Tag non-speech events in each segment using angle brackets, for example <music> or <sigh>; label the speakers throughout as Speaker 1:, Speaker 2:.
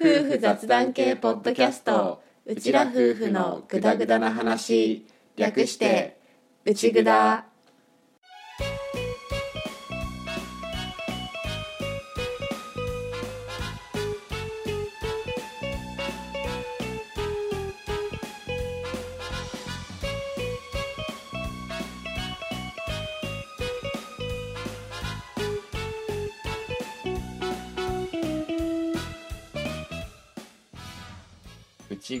Speaker 1: 夫婦雑談系ポッドキャストうちら夫婦のグダグダな話略してうちぐだ
Speaker 2: 内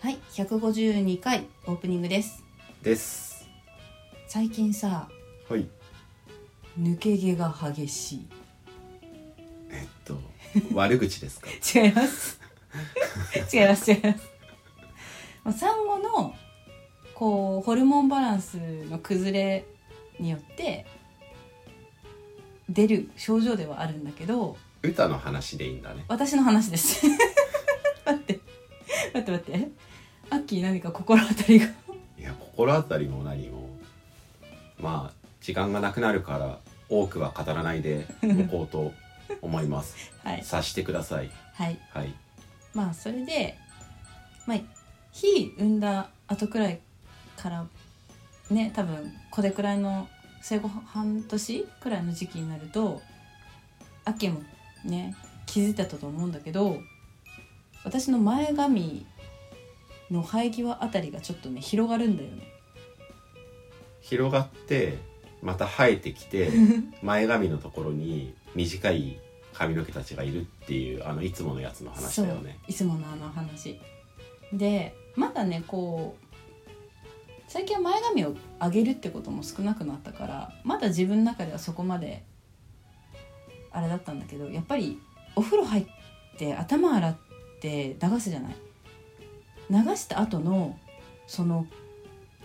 Speaker 3: はい、152回オープニングです。
Speaker 1: です
Speaker 3: 最近さ、
Speaker 1: はい
Speaker 3: 抜け毛が激し
Speaker 1: えっと悪口ですか
Speaker 3: い。違います。違います、違います。まあ産後の、こう、ホルモンバランスの崩れによって、出る症状ではあるんだけど、
Speaker 1: 歌の話でいいんだね
Speaker 3: 私の話です。 <laughs> 待って、待って待って。アッキー何か心当たりが。
Speaker 1: いや心当たりも何もまあ時間がなくなるから多くは語らな
Speaker 3: <laughs>
Speaker 1: いでおこうと思います
Speaker 3: はい。
Speaker 1: 察してください
Speaker 3: はい。
Speaker 1: はい
Speaker 3: まあそれで、まあ、日産んだ後くらいからね多分これくらいの生後半年くらいの時期になるとアッキーもね気づいてたと思うんだけど私の前髪の生え際あたりがちょっとね広がるんだよね。
Speaker 1: 広がってまた生えて
Speaker 3: <laughs>
Speaker 1: きて前髪のところに短い髪の毛たちがいるっていうあのいつものやつの話だよね
Speaker 3: そういつものあの話でまだねこう最近は前髪を上げるってことも少なくなったからまだ自分の中ではそこまであれだったんだけどやっぱりお風呂入って頭洗って流すじゃない流した後のその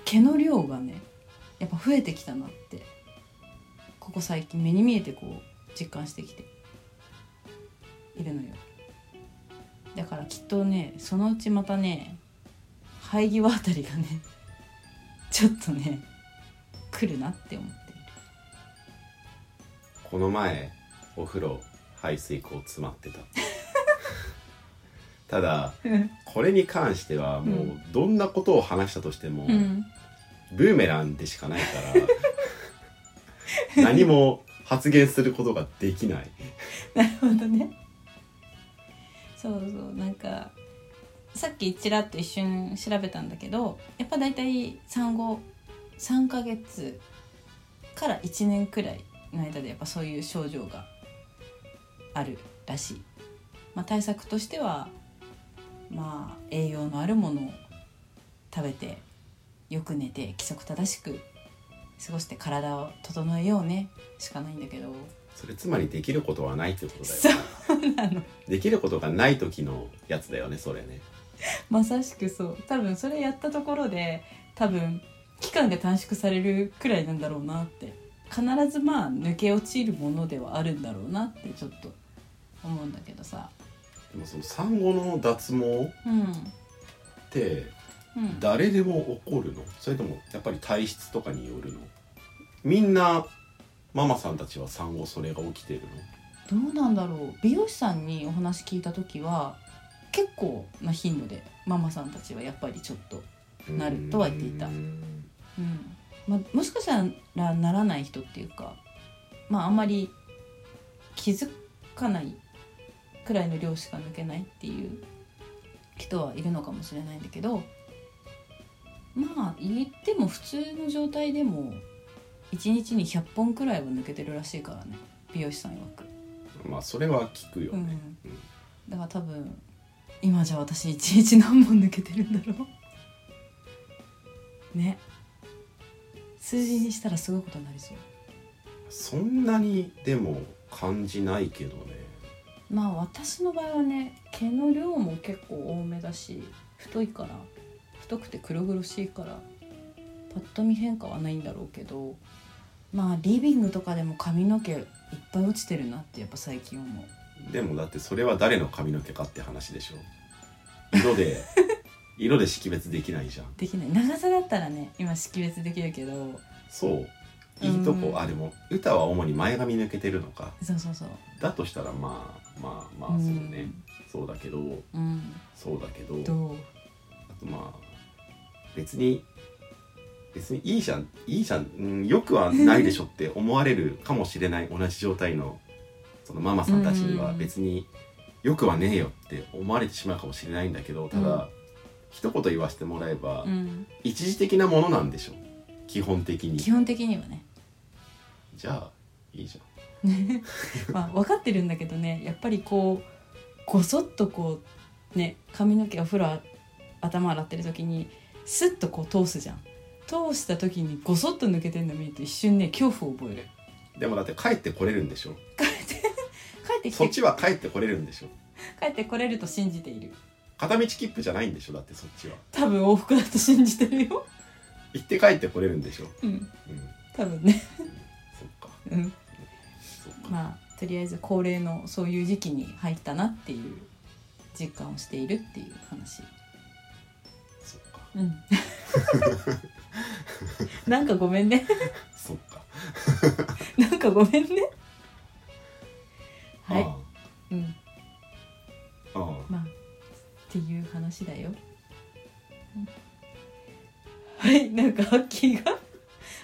Speaker 3: 毛の量がねやっぱ増えてきたなってここ最近目に見えてこう実感してきているのよだからきっとねそのうちまたね生え際あたりがねちょっとね来るなって思っている
Speaker 1: この前お風呂排水口詰
Speaker 3: <laughs>
Speaker 1: まってたただこれに関してはもううんどんなことを話したとしても、 <laughs>
Speaker 3: うん
Speaker 1: ブーメランでしかないか
Speaker 3: <laughs>
Speaker 1: ら何も発言することができない
Speaker 3: <laughs> なるほどねそうそうなんかさっきちらっと一瞬調べたんだけどやっぱ大体産後3ヶ月から1年くらいの間でやっぱそういう症状があるらしい、まあ、対策としてはまあ栄養のあるものを食べてよく寝て規則正しく過ごして体を整えようねしかないんだけど
Speaker 1: それつまりできることはないってことだよ
Speaker 3: そ
Speaker 1: ね
Speaker 3: うなの
Speaker 1: できることがない時のやつだよねそれね
Speaker 3: まさしくそう多分それやったところで多分期間が短縮されるくらいなんだろうなって必ずまあ抜け落ちるものではあるんだろうなってちょっと思うんだけどさ
Speaker 1: でもその産後の脱毛っ
Speaker 3: うん
Speaker 1: て
Speaker 3: うん
Speaker 1: 誰でも起こるのそれともやっぱり体質とかによるのみんなママさんたちは産後それが起きてるの
Speaker 3: どうなんだろう美容師さんにお話聞いた時は結構な頻度でママさんたちはやっぱりちょっとなるとは言っていた
Speaker 1: うん
Speaker 3: うんまあ、もしかしたらならない人っていうかまああんまり気づかないくらいの量しか抜けないっていう人はいるのかもしれないんだけどまあ言っても普通の状態でも1日に100本くらいは抜けてるらしいからね美容師さん曰く、
Speaker 1: まあそれは聞くよ
Speaker 3: う
Speaker 1: ね、
Speaker 3: ん、だから多分今じゃ私1日何本抜けてるんだろう <laughs> ね数字にしたらすごいことになりそう
Speaker 1: そんなにでも感じないけどね
Speaker 3: まあ私の場合はね毛の量も結構多めだし太いから太くて黒々しいからパッと見変化はないんだろうけどまあリビングとかでも髪の毛いっぱい落ちてるなってやっぱ最近思う
Speaker 1: でもだってそれは誰の髪の毛かって話でしょ
Speaker 3: <laughs>
Speaker 1: 色で色で識別できないじゃん
Speaker 3: できない長さだったらね今識別できるけど
Speaker 1: そういいとこ、
Speaker 3: うん
Speaker 1: あでも歌は主に前髪抜けてるのか
Speaker 3: そうそうそう
Speaker 1: だとしたらまあまあまあそうね、そうだけど
Speaker 3: うん
Speaker 1: そうだけど
Speaker 3: どう
Speaker 1: あとまあ別に別にいいじゃんいいじゃん、うん、よくはないでしょ
Speaker 3: <laughs>
Speaker 1: って思われるかもしれない同じ状態のそのママさんたちに
Speaker 3: うんうん
Speaker 1: は
Speaker 3: うん
Speaker 1: 別によくはねえよって思われてしまうかもしれないんだけどただ、
Speaker 3: うん
Speaker 1: 一言言わせてもらえば、
Speaker 3: うん
Speaker 1: 一時的なものなんでしょ基本的に
Speaker 3: <laughs> 基本的にはね
Speaker 1: じゃあいいじゃ
Speaker 3: まあ分かってるんだけどねやっぱりこうごそっとこうね髪の毛お風呂頭洗ってる時にスッとこう通すじゃん通した時にごそっと抜けてるの見ると一瞬ね恐怖を覚える
Speaker 1: んでもだって帰ってこれるんでしょ
Speaker 3: 帰って帰ってき
Speaker 1: そってちは帰ってこれるんでしょ
Speaker 3: 帰ってこれると信じている
Speaker 1: 片道切符じゃないんでしょだってそっちは
Speaker 3: 多分往復だと信じてるよ
Speaker 1: 行って帰ってこれるんでしょ
Speaker 3: うん
Speaker 1: うん
Speaker 3: 多分ね
Speaker 1: そっか
Speaker 3: うん
Speaker 1: そっか
Speaker 3: まあとりあえず恒例のそういう時期に入ったなっていう実感をしているっていう話
Speaker 1: そっか
Speaker 3: うんなんかごめんね
Speaker 1: そっか
Speaker 3: なんかごめんね。はい。
Speaker 1: あ
Speaker 3: うん。
Speaker 1: あああ
Speaker 3: まあ、っていう話だよ。うんはい、なんか秋が、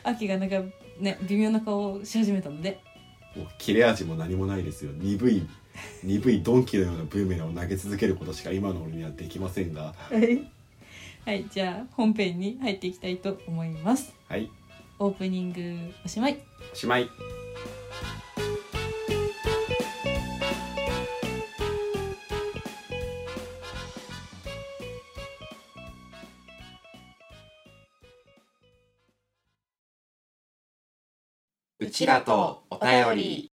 Speaker 3: 秋がなんかね、微妙な顔をし始めたので、
Speaker 1: もう切れ味も何もないですよ鈍い鈍い鈍器のようなブーメランを投げ続けることしか今の俺にはできませんが
Speaker 3: はい。はい、じゃあ本編に入っていきたいと思います。
Speaker 1: はい
Speaker 3: オープニングおしまい。
Speaker 1: おしまい
Speaker 2: うちらとお便り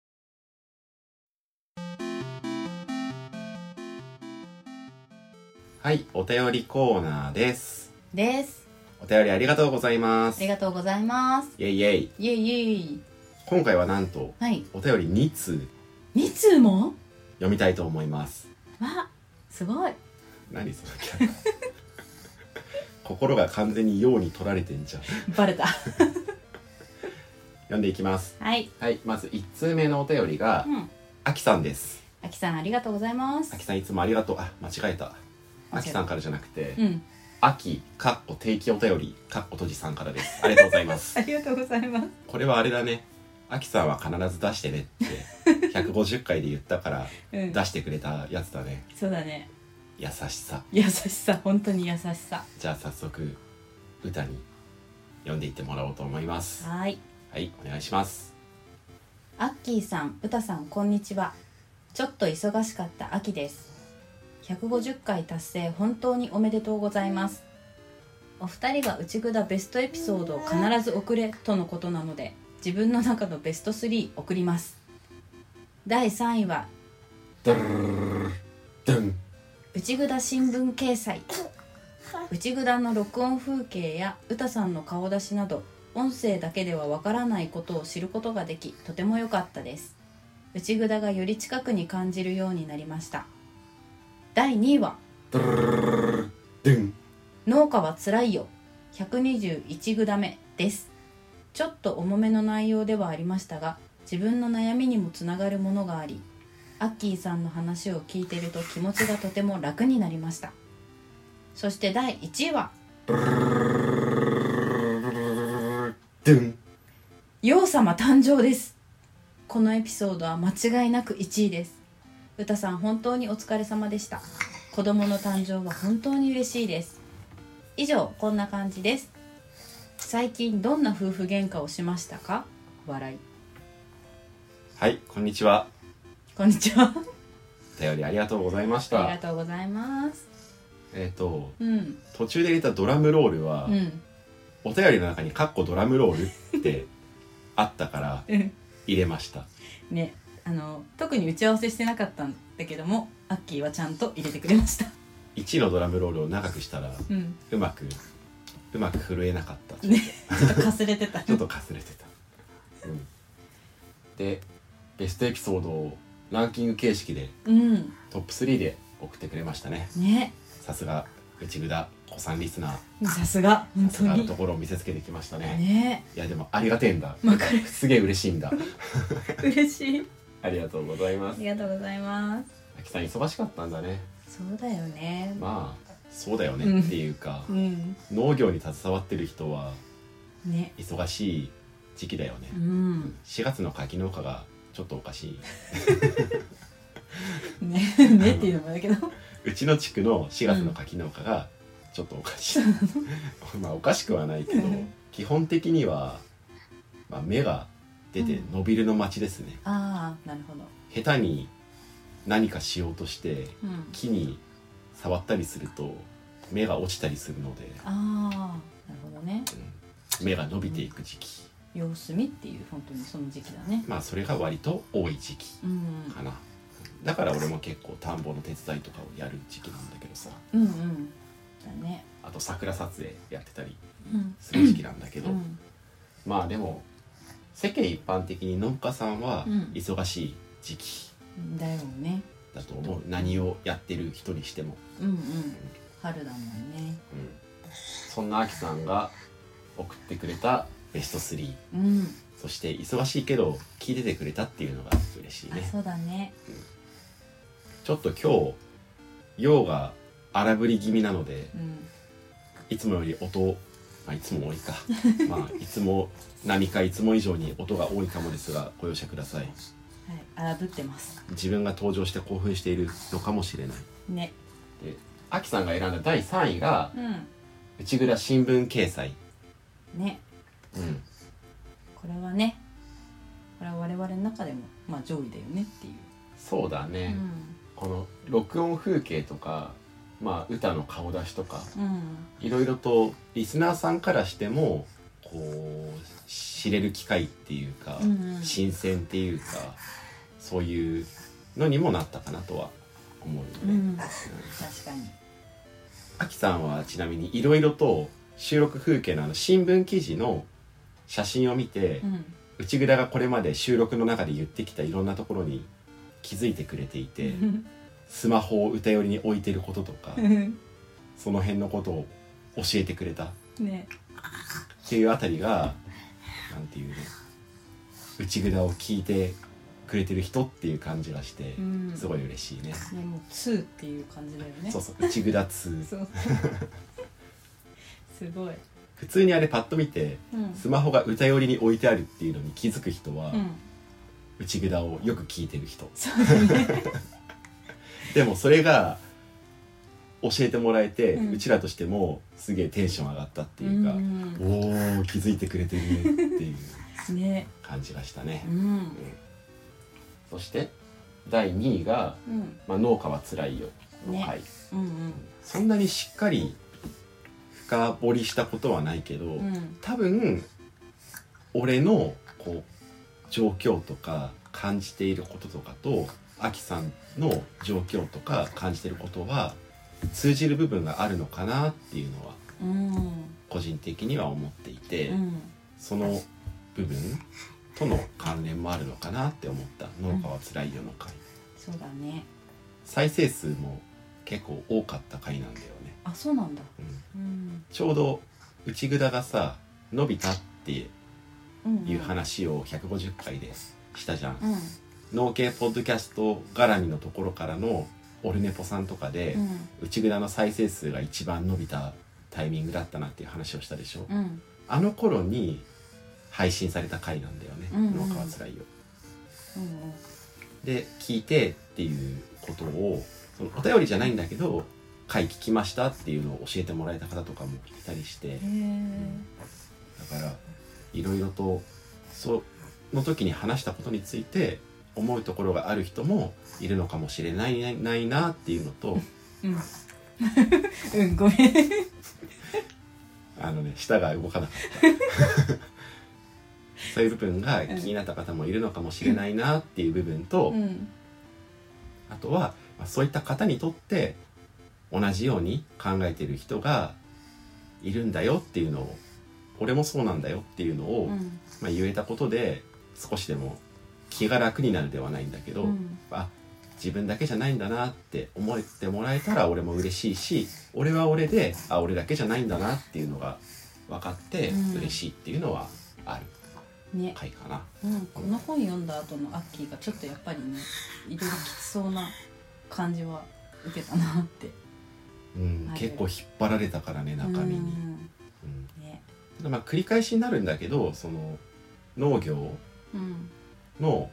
Speaker 1: はいお便りコーナーです
Speaker 3: です。
Speaker 1: お便りありがとうございますイ
Speaker 3: とうございます。
Speaker 1: ェイイェイ
Speaker 3: イエイイエイ。
Speaker 1: 今回はなんと
Speaker 3: はい。
Speaker 1: お便り2通
Speaker 3: 2通も
Speaker 1: 読みたいと思います
Speaker 3: わ、すごい。
Speaker 1: 何そのキャラ心が完全に用に取られてんじゃん
Speaker 3: バレた。
Speaker 1: 読んでいきます
Speaker 3: はい。
Speaker 1: はいまず1通目のお便りが
Speaker 3: うん。
Speaker 1: あきさんです
Speaker 3: あきさんありがとうございます
Speaker 1: あき。さんいつもありがとうあ間違えた
Speaker 3: 間違えた
Speaker 1: あきさんからじゃなくて
Speaker 3: うん。
Speaker 1: あきかっこ定期お便りかっことじさんからですありがとうございます
Speaker 3: ありがとうございます。
Speaker 1: これはあれだねあきさんは必ず出してねって150回で言ったから
Speaker 3: うん。
Speaker 1: 出してくれたやつだね
Speaker 3: そうだね。
Speaker 1: 優しさ
Speaker 3: 優しさ、本当に優しさ。
Speaker 1: じゃあ早速歌に読んでいってもらおうと思います
Speaker 3: はい。
Speaker 1: はいお願いします
Speaker 3: アッキーさん、うたさん、こんにちは。ちょっと忙しかった秋です。150回達成、本当におめでとうございます。お二人が内ぐだベストエピソードを必ず送れとのことなので、自分の中のベスト3送ります。第3位は、
Speaker 1: ドゥルルルルン
Speaker 3: 内ぐだ新聞掲載内ぐだの録音風景や歌さんの顔出しなど音声だけではわからないことを知ることができとても良かったです内ぐだがより近くに感じるようになりました第2位は
Speaker 1: ドゥルルルルルルドゥン
Speaker 3: 農家はつらいよ121ぐだめですちょっと重めの内容ではありましたが自分の悩みにもつながるものがありアッキーさんの話を聞いてると気持ちがとても楽になりましたそして第1位は
Speaker 1: ドゥン
Speaker 3: よう様誕生ですこのエピソードは間違いなく1位ですうたさん本当にお疲れ様でした子供の誕生は本当に嬉しいです以上こんな感じです最近どんな夫婦喧嘩をしましたか笑い
Speaker 1: はいこんにちは
Speaker 3: こんにちは
Speaker 1: お便りありがとうございまし
Speaker 3: ありが
Speaker 1: た
Speaker 3: とうございます
Speaker 1: えっ、と
Speaker 3: うん
Speaker 1: 途中で入れたドラムロールは、
Speaker 3: うん
Speaker 1: お便りの中に「かっこドラムロール」ってあったから
Speaker 3: うん
Speaker 1: 入れました
Speaker 3: ねあの特に打ち合わせしてなかったんだけどもアッキーはちゃんと入れてくれました
Speaker 1: 1のドラムロールを長くしたら
Speaker 3: うん
Speaker 1: うまくうまく震えなかったちょ
Speaker 3: ねちょっとかすれてた
Speaker 1: っとかすれてた、うん、でベストエピソードをランキング形式で
Speaker 3: うん
Speaker 1: トップ3で送ってくれましたね
Speaker 3: ね
Speaker 1: さすが内ぐだ子さんリスナー
Speaker 3: さすが本
Speaker 1: さす
Speaker 3: 当
Speaker 1: がの
Speaker 3: に
Speaker 1: ところを見せつけてきましたね
Speaker 3: ね
Speaker 1: いやでもありがてえんだ
Speaker 3: わかる
Speaker 1: すげえ嬉しいんだ
Speaker 3: 嬉しい
Speaker 1: ありがとうございま
Speaker 3: あ
Speaker 1: す
Speaker 3: りがとうございま
Speaker 1: 秋さん忙しかったんだね
Speaker 3: すそうだよね
Speaker 1: まあそうだよねっていうか、
Speaker 3: うん
Speaker 1: 農業に携わってる人は
Speaker 3: ね
Speaker 1: 忙しい時期だよね、
Speaker 3: うん
Speaker 1: 4月の柿農家がちょっとおかしい
Speaker 3: <laughs> ねねっていうのもだけど
Speaker 1: うちの地区の4月の柿農家がちょっとおかしい、まあおかしくはないけど
Speaker 3: うん
Speaker 1: 基本的には、まあ、芽が出て伸びるの町ですね、
Speaker 3: ああなるほど
Speaker 1: 下手に何かしようとして
Speaker 3: うん
Speaker 1: 木に触ったりすると芽が落ちたりするので、
Speaker 3: ああなるほどね
Speaker 1: うん芽が伸びていく時期
Speaker 3: 様子見っていう本当にその時期だね
Speaker 1: まあそれが割と多い時期
Speaker 3: うん
Speaker 1: かなだから俺も結構田んぼの手伝いとかをやる時期なんだけどさ
Speaker 3: うんうんだね
Speaker 1: あと桜撮影やってたり
Speaker 3: うん
Speaker 1: する時期なんだけど、
Speaker 3: うん
Speaker 1: まあでも世間一般的に農家さんは
Speaker 3: うん
Speaker 1: 忙しい時期
Speaker 3: だよね
Speaker 1: だと思う、何をやってる人にしても、
Speaker 3: うんうん春だもんね
Speaker 1: うん、そんなあきさんが送ってくれたベスト3
Speaker 3: うん
Speaker 1: そして忙しいけど聞いててくれたっていうのが嬉しい
Speaker 3: あ
Speaker 1: ね
Speaker 3: そうだね
Speaker 1: ちょっと今日用が荒ぶり気味なので
Speaker 3: うん
Speaker 1: いつもより音、まあ、いつも
Speaker 3: <laughs>
Speaker 1: 多いかまあいつも何かいつも以上に音が多いかもですがご容赦ください
Speaker 3: はい荒ぶってます
Speaker 1: 自分が登場して興奮しているのかもしれない
Speaker 3: ね
Speaker 1: でアキさんが選んだ第3位が
Speaker 3: うん
Speaker 1: 内蔵新聞掲載、
Speaker 3: ね
Speaker 1: うん、
Speaker 3: これはねこれは我々の中でもまあ上位だよねっていう
Speaker 1: そうだ
Speaker 3: う
Speaker 1: ね、
Speaker 3: ん
Speaker 1: この録音風景とかまあ歌の顔出しとか
Speaker 3: うん
Speaker 1: いろいろとリスナーさんからしてもこう知れる機会っていうか、
Speaker 3: うんうん
Speaker 1: 新鮮っていうかそういうのにもなったかなとは思うので、
Speaker 3: うん確かに
Speaker 1: あきさんはちなみにいろいろと収録風景のあの新聞記事の写真を見て、
Speaker 3: うん
Speaker 1: 内蔵がこれまで収録の中で言ってきたいろんなところに気づいてくれていて、スマホを歌よりに置いてることとか、その辺のことを教えてくれたっ
Speaker 3: <laughs> ね
Speaker 1: ていうあたりがなんていうの内蔵を聞いてくれてる人っていう感じがして、
Speaker 3: うん
Speaker 1: すごい嬉しいね。
Speaker 3: ねもう2っていう感じだよね
Speaker 1: そうそう内蔵2 <laughs>
Speaker 3: そうすごい、
Speaker 1: 普通にあれパッと見て
Speaker 3: うん
Speaker 1: スマホが歌よりに置いてあるっていうのに気づく人は、
Speaker 3: うん、
Speaker 1: 内札をよく聞いてる人
Speaker 3: そうだね
Speaker 1: <laughs> でもそれが教えてもらえて、う
Speaker 3: うん
Speaker 1: ちらとしてもすげえテンション上がったっていうか、
Speaker 3: ん
Speaker 1: おお気づいてくれてるねっていう
Speaker 3: ね
Speaker 1: 感じがしたね
Speaker 3: うん
Speaker 1: そして第2位が
Speaker 3: うん
Speaker 1: 「まあ、農家はつらいよ」の回、
Speaker 3: うん
Speaker 1: そんなにしっかり深掘りしたことはないけど、
Speaker 3: うんうん
Speaker 1: 多分俺のこう状況とか感じていることとかとアキさんの状況とか感じていることは通じる部分があるのかなっていうのは
Speaker 3: うん
Speaker 1: 個人的には思っていて、
Speaker 3: うん
Speaker 1: その部分との関連もあるのかなって思った「農家はつらいよ」の回
Speaker 3: そうだね
Speaker 1: 再生数も結構多かった回なんだよね、
Speaker 3: あそうなんだ
Speaker 1: うん
Speaker 3: うん
Speaker 1: ちょうど内蔵がさ「伸びた」って
Speaker 3: うん
Speaker 1: いう話を150回でしたじゃん
Speaker 3: うん
Speaker 1: 農系ポッドキャスト絡みのところからのオルネポさんとかで、
Speaker 3: うん
Speaker 1: 内蔵の再生数が一番伸びたタイミングだったなっていう話をしたでしょ、
Speaker 3: うん
Speaker 1: あの頃に配信された回なんだよね「
Speaker 3: うんうん
Speaker 1: 農家はつらいよ
Speaker 3: うん」
Speaker 1: で聞いてっていうことをそのお便りじゃないんだけど回聞きましたっていうのを教えてもらえた方とかもいたりして、
Speaker 3: うん
Speaker 1: だからいろいろとその時に話したことについて思うところがある人もいるのかもしれないないないなっていうのと
Speaker 3: へえうんうんごめん
Speaker 1: あのね舌が動かなかっそういう部分が気になった方もいるのかもしれないなっていう部分と、
Speaker 3: うん
Speaker 1: あとは、まあ、そういった方にとって同じように考えてる人がいるんだよっていうのを俺もそうなんだよっていうのを、
Speaker 3: うん
Speaker 1: まあ、言えたことで少しでも気が楽になるではないんだけど、
Speaker 3: うん
Speaker 1: あ自分だけじゃないんだなって思ってもらえたら俺も嬉しいし俺は俺であ俺だけじゃないんだなっていうのが分かって
Speaker 3: うん
Speaker 1: 嬉しいっていうのはある
Speaker 3: ね
Speaker 1: 回かな。
Speaker 3: うん、この本読んだ後のアッキーがちょっとやっぱりねいろいろきつそうな感じは受けたなって
Speaker 1: うん
Speaker 3: あ、る
Speaker 1: 結構引っ張られたからね中身に。
Speaker 3: うん
Speaker 1: うん
Speaker 3: ね
Speaker 1: ただまあ繰り返しになるんだけどその農業
Speaker 3: うん
Speaker 1: の、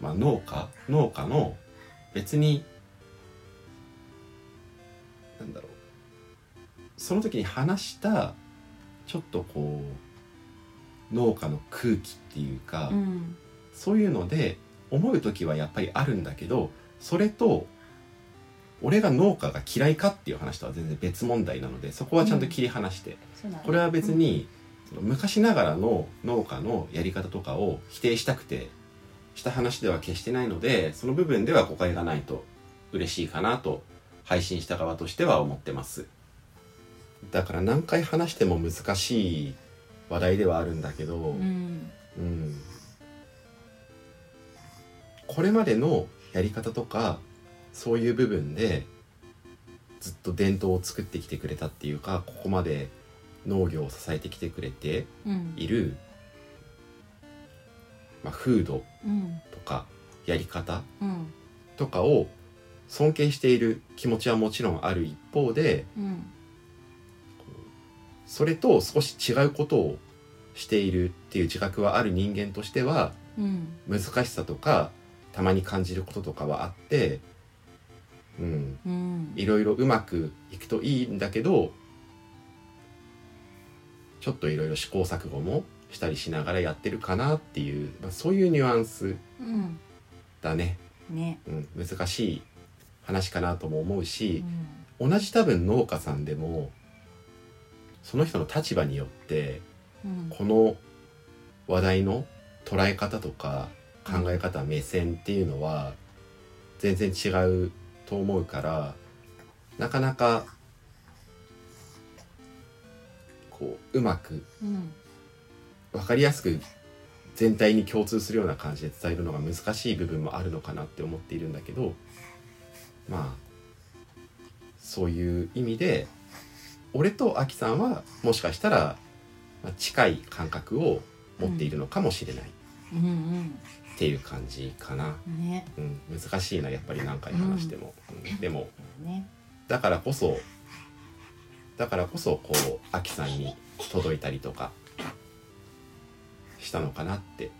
Speaker 1: まあ、農家農家の別になんだろうその時に話したちょっとこう農家の空気っていうか、
Speaker 3: うん
Speaker 1: そういうので思う時はやっぱりあるんだけどそれと俺が農家が嫌いかっていう話とは全然別問題なのでそこはちゃんと切り離して、
Speaker 3: そうだね
Speaker 1: これは別に、その昔ながらの農家のやり方とかを否定したくてした話では決してないのでその部分では誤解がないと嬉しいかなと配信した側としては思ってますだから何回話しても難しい話題ではあるんだけど、
Speaker 3: うん
Speaker 1: うん、これまでのやり方とかそういう部分でずっと伝統を作ってきてくれたっていうかここまで農業を支えてきてくれて
Speaker 3: うん
Speaker 1: いる、まあ、風土
Speaker 3: うん
Speaker 1: とかやり方
Speaker 3: うん
Speaker 1: とかを尊敬している気持ちはもちろんある一方で
Speaker 3: うん
Speaker 1: それと少し違うことをしているっていう自覚はある人間としては
Speaker 3: うん
Speaker 1: 難しさとかたまに感じることとかはあってうん
Speaker 3: うん
Speaker 1: いろいろうまくいくといいんだけどちょっといろいろ試行錯誤もしたりしながらやってるかなっていう、まあ、そういうニュアンス
Speaker 3: うん
Speaker 1: だね、
Speaker 3: ね
Speaker 1: うん、難しい話かなとも思う
Speaker 3: う
Speaker 1: し、
Speaker 3: ん
Speaker 1: 同じ多分農家さんでもその人の立場によって
Speaker 3: うん
Speaker 1: この話題の捉え方とか考え方目線っていうのは全然違うと思うからなかなかこううまく
Speaker 3: うん
Speaker 1: 分かりやすく全体に共通するような感じで伝えるのが難しい部分もあるのかなって思っているんだけどまあそういう意味で俺とアキさんはもしかしたらまあ近い感覚を持っているのかもしれない
Speaker 3: うん
Speaker 1: っていう感じかな、
Speaker 3: うんね
Speaker 1: うん、難しいなやっぱり何回話しても、うんでも
Speaker 3: ね
Speaker 1: だからこそだからこそこうアキさんに届いたりとかしたのかなって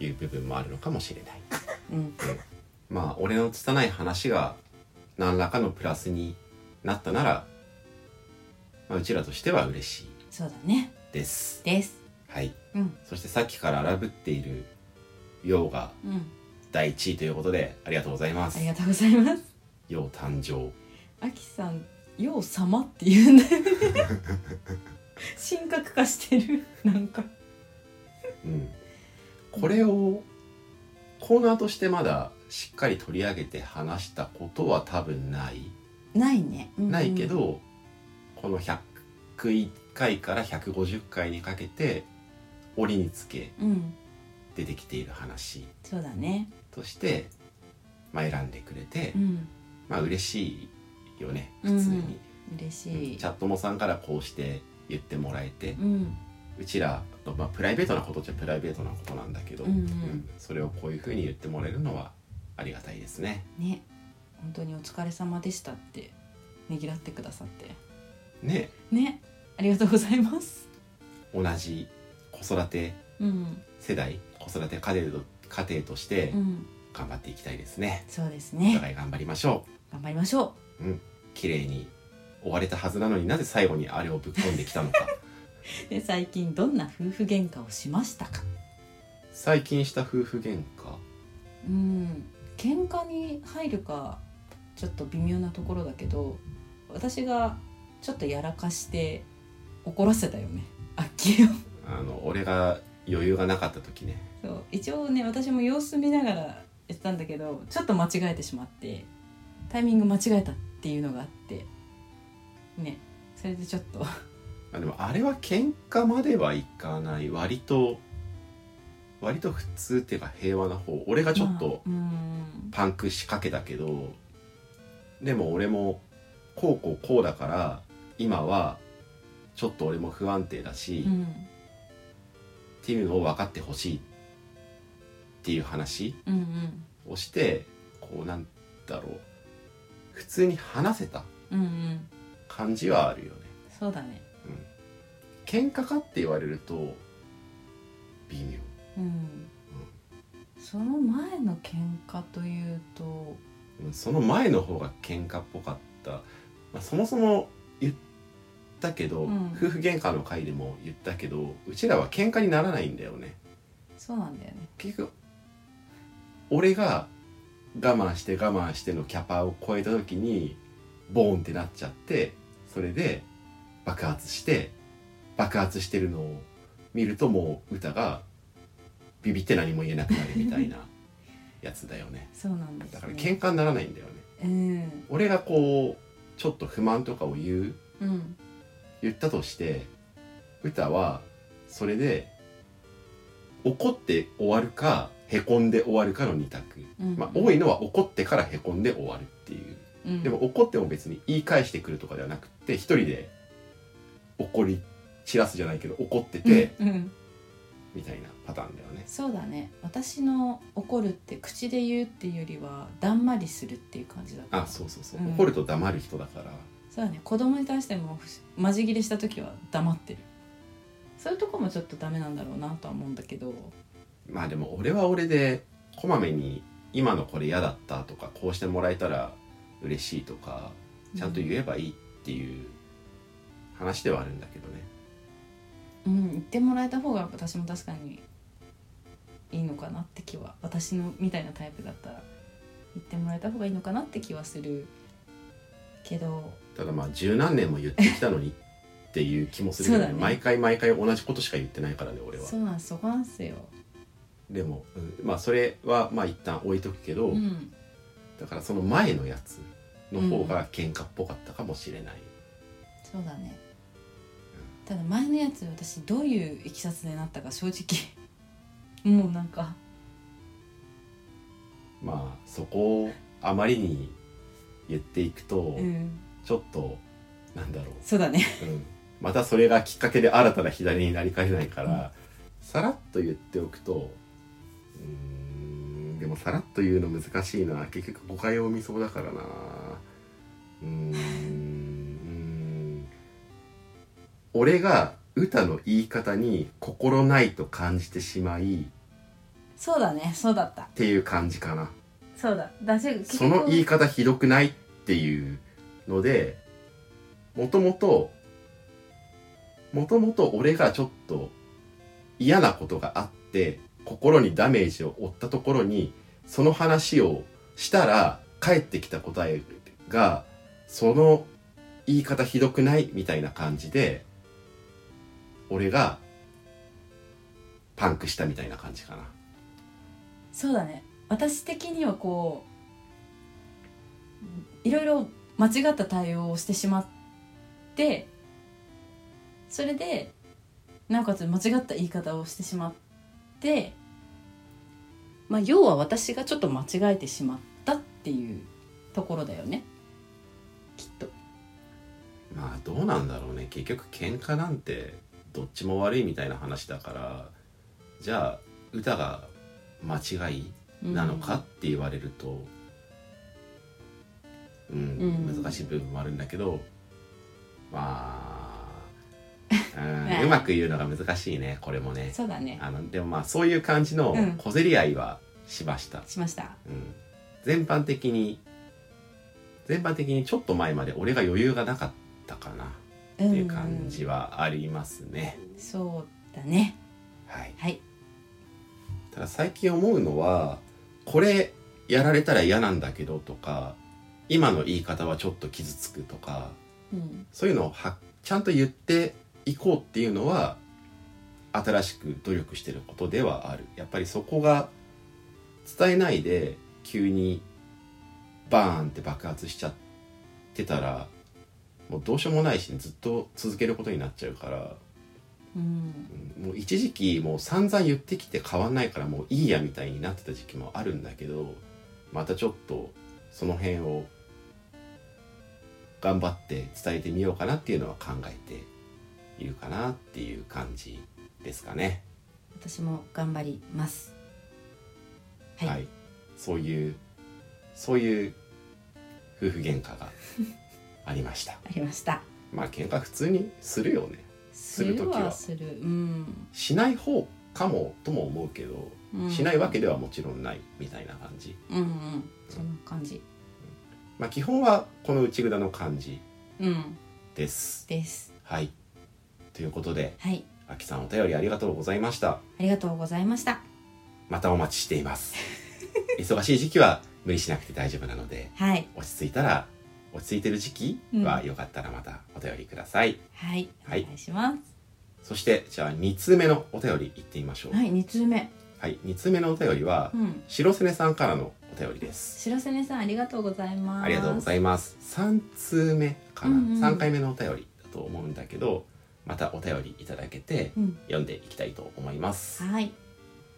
Speaker 1: いう部分もあるのかもしれない
Speaker 3: うん
Speaker 1: まあ俺の拙い話が何らかのプラスになったなら、まあ、うちらとしては嬉しい
Speaker 3: そうだね
Speaker 1: です
Speaker 3: です
Speaker 1: はい
Speaker 3: うん
Speaker 1: そしてさっきから荒ぶっているようが
Speaker 3: うん
Speaker 1: 第一位ということでありがとうございま
Speaker 3: あ
Speaker 1: す
Speaker 3: りがとうございます
Speaker 1: よう誕生
Speaker 3: あきさん「ようさま」って言うんだよね <laughs> 神格化してるなんか
Speaker 1: うん、これをコーナーとしてまだしっかり取り上げて話したことは多分ない、
Speaker 3: ないね、うんうん
Speaker 1: ないけどこの101回から150回にかけて折につけ
Speaker 3: うん
Speaker 1: 出てきている話
Speaker 3: そうだね
Speaker 1: として、まあ、選んでくれて、
Speaker 3: うん
Speaker 1: まあ嬉しいよね普
Speaker 3: うん
Speaker 1: 通に、
Speaker 3: 嬉しい
Speaker 1: チャットモさんからこうして言ってもらえて、
Speaker 3: うん
Speaker 1: うちらの、まあ、プライベートなことっちゃプライベートなことなんだけど、
Speaker 3: うんうん
Speaker 1: それをこういうふうに言ってもらえるのはありがたいですね。
Speaker 3: ね本当にお疲れ様でしたってねぎらってくださって
Speaker 1: ね
Speaker 3: ねありがとうございます
Speaker 1: 同じ子育て
Speaker 3: うん
Speaker 1: 世代子育て家庭と家庭として
Speaker 3: うん
Speaker 1: 頑張っていきたいですね。
Speaker 3: そうです
Speaker 1: お
Speaker 3: ね
Speaker 1: 互い頑張りましょ
Speaker 3: 頑張りましょ
Speaker 1: う。うん、綺麗に終われたはずなのになぜ最後にあれをぶっ込んできたのか
Speaker 3: うで最近どんな夫婦喧嘩をしましたか
Speaker 1: 最近した夫婦喧嘩
Speaker 3: うん喧嘩に入るかちょっと微妙なところだけど私がちょっとやらかして怒らせたよねあっきーを
Speaker 1: あの俺が余裕がなかった時ね
Speaker 3: そう一応ね私も様子見ながらやってたんだけどちょっと間違えてしまってタイミング間違えたっていうのがあってねそれでちょっと
Speaker 1: あでもあれは喧嘩まではいかない割と割と普通っていうか平和な方俺がちょっと
Speaker 3: まあうん
Speaker 1: パンク仕掛けだけど、でも俺もこうこうこうだから今はちょっと俺も不安定だし、
Speaker 3: う
Speaker 1: っ
Speaker 3: ん
Speaker 1: ていうのを分かってほしいっていう話
Speaker 3: うんうん
Speaker 1: をしてこうなんだろう普通に話せた
Speaker 3: うんうん
Speaker 1: 感じはあるよね。
Speaker 3: そうだね
Speaker 1: 喧嘩かって言われると微妙
Speaker 3: うんその前の喧嘩というと
Speaker 1: うんその前の方が喧嘩っぽかった、まあ、そもそも言ったけど、
Speaker 3: うん
Speaker 1: 夫婦喧嘩の回でも言ったけどうちらは喧嘩にならないんだよね
Speaker 3: そうなんだよね
Speaker 1: 結局俺が我慢して我慢してのキャパを超えた時にボーンってなっちゃってそれで爆発して爆発してるのを見るともう歌がビビって何も言えなくなるみたいなやつだよね
Speaker 3: そうなんです、ね、
Speaker 1: だから喧嘩にならないんだよね
Speaker 3: うん
Speaker 1: 俺がこうちょっと不満とかを言う
Speaker 3: うん
Speaker 1: 言ったとして歌はそれで怒って終わるかへこんで終わるかの2択、
Speaker 3: うん
Speaker 1: まあ、多いのは怒ってからへこんで終わるっていう
Speaker 3: うん
Speaker 1: でも怒っても別に言い返してくるとかではなくて一人で怒り散らすじゃないけど怒ってて
Speaker 3: うんうん
Speaker 1: みたいなパターンだよね
Speaker 3: そうだね私の怒るって口で言うっていうよりはだんまりするっていう感じだった
Speaker 1: あそうそうそう、
Speaker 3: うん
Speaker 1: 怒ると黙る人だから
Speaker 3: そうだね子供に対してもふし間仕切りした時は黙ってるそういうとこもちょっとダメなんだろうなとは思うんだけど
Speaker 1: まあでも俺は俺でこまめに今のこれ嫌だったとかこうしてもらえたら嬉しいとかちゃんと言えばいいっていう話ではあるんだけど
Speaker 3: う
Speaker 1: ね、
Speaker 3: ん言ってもらえた方が私も確かにいいのかなって気は私のみたいなタイプだったら言ってもらえた方がいいのかなって気はするけど
Speaker 1: ただまあ十何年も言ってきたのにっていう気もするけど、
Speaker 3: そうだね
Speaker 1: 毎回毎回同じことしか言ってないからね俺は
Speaker 3: そうなんですそこなんですよ、
Speaker 1: でも、うんまあそれはまあ一旦置いとくけど、
Speaker 3: うん、
Speaker 1: だからその前のやつの方が喧嘩っぽかったかもしれない、
Speaker 3: そうだねただ前のやつ私どういういきさつでなったか正直 <laughs> もうなんか
Speaker 1: まあそこをあまりに言っていくと、
Speaker 3: うん
Speaker 1: ちょっとなんだろう
Speaker 3: そうだね
Speaker 1: うんまたそれがきっかけで新たな左になりかねないから、さらっと言っておくとうーんでもさらっと言うの難しいな結局誤解を生みそうだからなうーんうーん俺が歌の言い方に心ないと感じてしまいっ
Speaker 3: そうだねそうだった
Speaker 1: ていう感じかな
Speaker 3: そうだだし結
Speaker 1: その言い方ひどくないっていうのでもともともともと俺がちょっと嫌なことがあって心にダメージを負ったところにその話をしたら返ってきた答えがその言い方ひどくないみたいな感じで俺がパンクしたみたいな感じかな。
Speaker 3: そうだね私的にはこういろいろ間違った対応をしてしまってそれでなおかつ間違った言い方をしてしまってまあ要は私がちょっと間違えてしまったっていうところだよねきっと
Speaker 1: まあどうなんだろうね結局喧嘩なんてどっちも悪いみたいな話だからじゃあ歌が間違いなのかって言われるとうん、
Speaker 3: うん
Speaker 1: 難しい部分もあるんだけどまあ、
Speaker 3: ね
Speaker 1: うん、うまく言うのが難しいねこれも
Speaker 3: うん
Speaker 1: ね
Speaker 3: そうだね
Speaker 1: あのでもまあそういう感じの
Speaker 3: うん
Speaker 1: 小競り合いはしました、
Speaker 3: しました
Speaker 1: うん、全般的に全般的にちょっと前まで俺が余裕がなかったかな
Speaker 3: って
Speaker 1: っていう感じはありますね、
Speaker 3: そうだね
Speaker 1: はい、
Speaker 3: はい
Speaker 1: ただ最近思うのはこれやられたら嫌なんだけどとか今の言い方はちょっと傷つくとか
Speaker 3: うん
Speaker 1: そういうのをはちゃんと言っていこうっていうのは新しく努力してることではあるやっぱりそこが伝えないで急にバーンって爆発しちゃってたらもうどうしようもないし、ずっと続けることになっちゃうから
Speaker 3: うん
Speaker 1: うんもう一時期もう散々言ってきて変わんないからもういいやみたいになってた時期もあるんだけどまたちょっとその辺を頑張って伝えてみようかなっていうのは考えているかなっていう感じですかね。
Speaker 3: 私も頑張りますはい、
Speaker 1: はい、そういうそういう夫婦喧嘩がありました。 <laughs>
Speaker 3: ありました
Speaker 1: まあ喧嘩普通にするよね。
Speaker 3: す
Speaker 1: る時
Speaker 3: る
Speaker 1: は
Speaker 3: はするうん
Speaker 1: しない方かもとも思うけど、
Speaker 3: うん
Speaker 1: しないわけではもちろんないみたいな感じ。
Speaker 3: うんうんそんな感じ
Speaker 1: まあ基本はこの内札の感じ
Speaker 3: うん
Speaker 1: です。
Speaker 3: です
Speaker 1: はい。ということで、
Speaker 3: はい
Speaker 1: あきさんお便りありがとうございました。
Speaker 3: ありがとうございました
Speaker 1: またお待ちしてい
Speaker 3: <laughs>
Speaker 1: ます。忙しい時期は無理しなくて大丈夫なので、
Speaker 3: はい
Speaker 1: 落ち着いたら、落ち着いてる時期はよかったらまたお便りください。
Speaker 3: はいお
Speaker 1: はい
Speaker 3: 願いしま
Speaker 1: そして、じゃあ2通目のお便りいってみましょう。
Speaker 3: すはい二通目
Speaker 1: はい、二2通目のお便りは
Speaker 3: う、ん
Speaker 1: 白瀬根さんからのお便りです。
Speaker 3: 白瀬根さんありがとうございます
Speaker 1: ありがとうございます。三通目かな、
Speaker 3: うんうん
Speaker 1: 三回目のお便りだと思うんだけど、またお便りいただけて
Speaker 3: うん
Speaker 1: 読んでいきたいと思います。
Speaker 3: はい。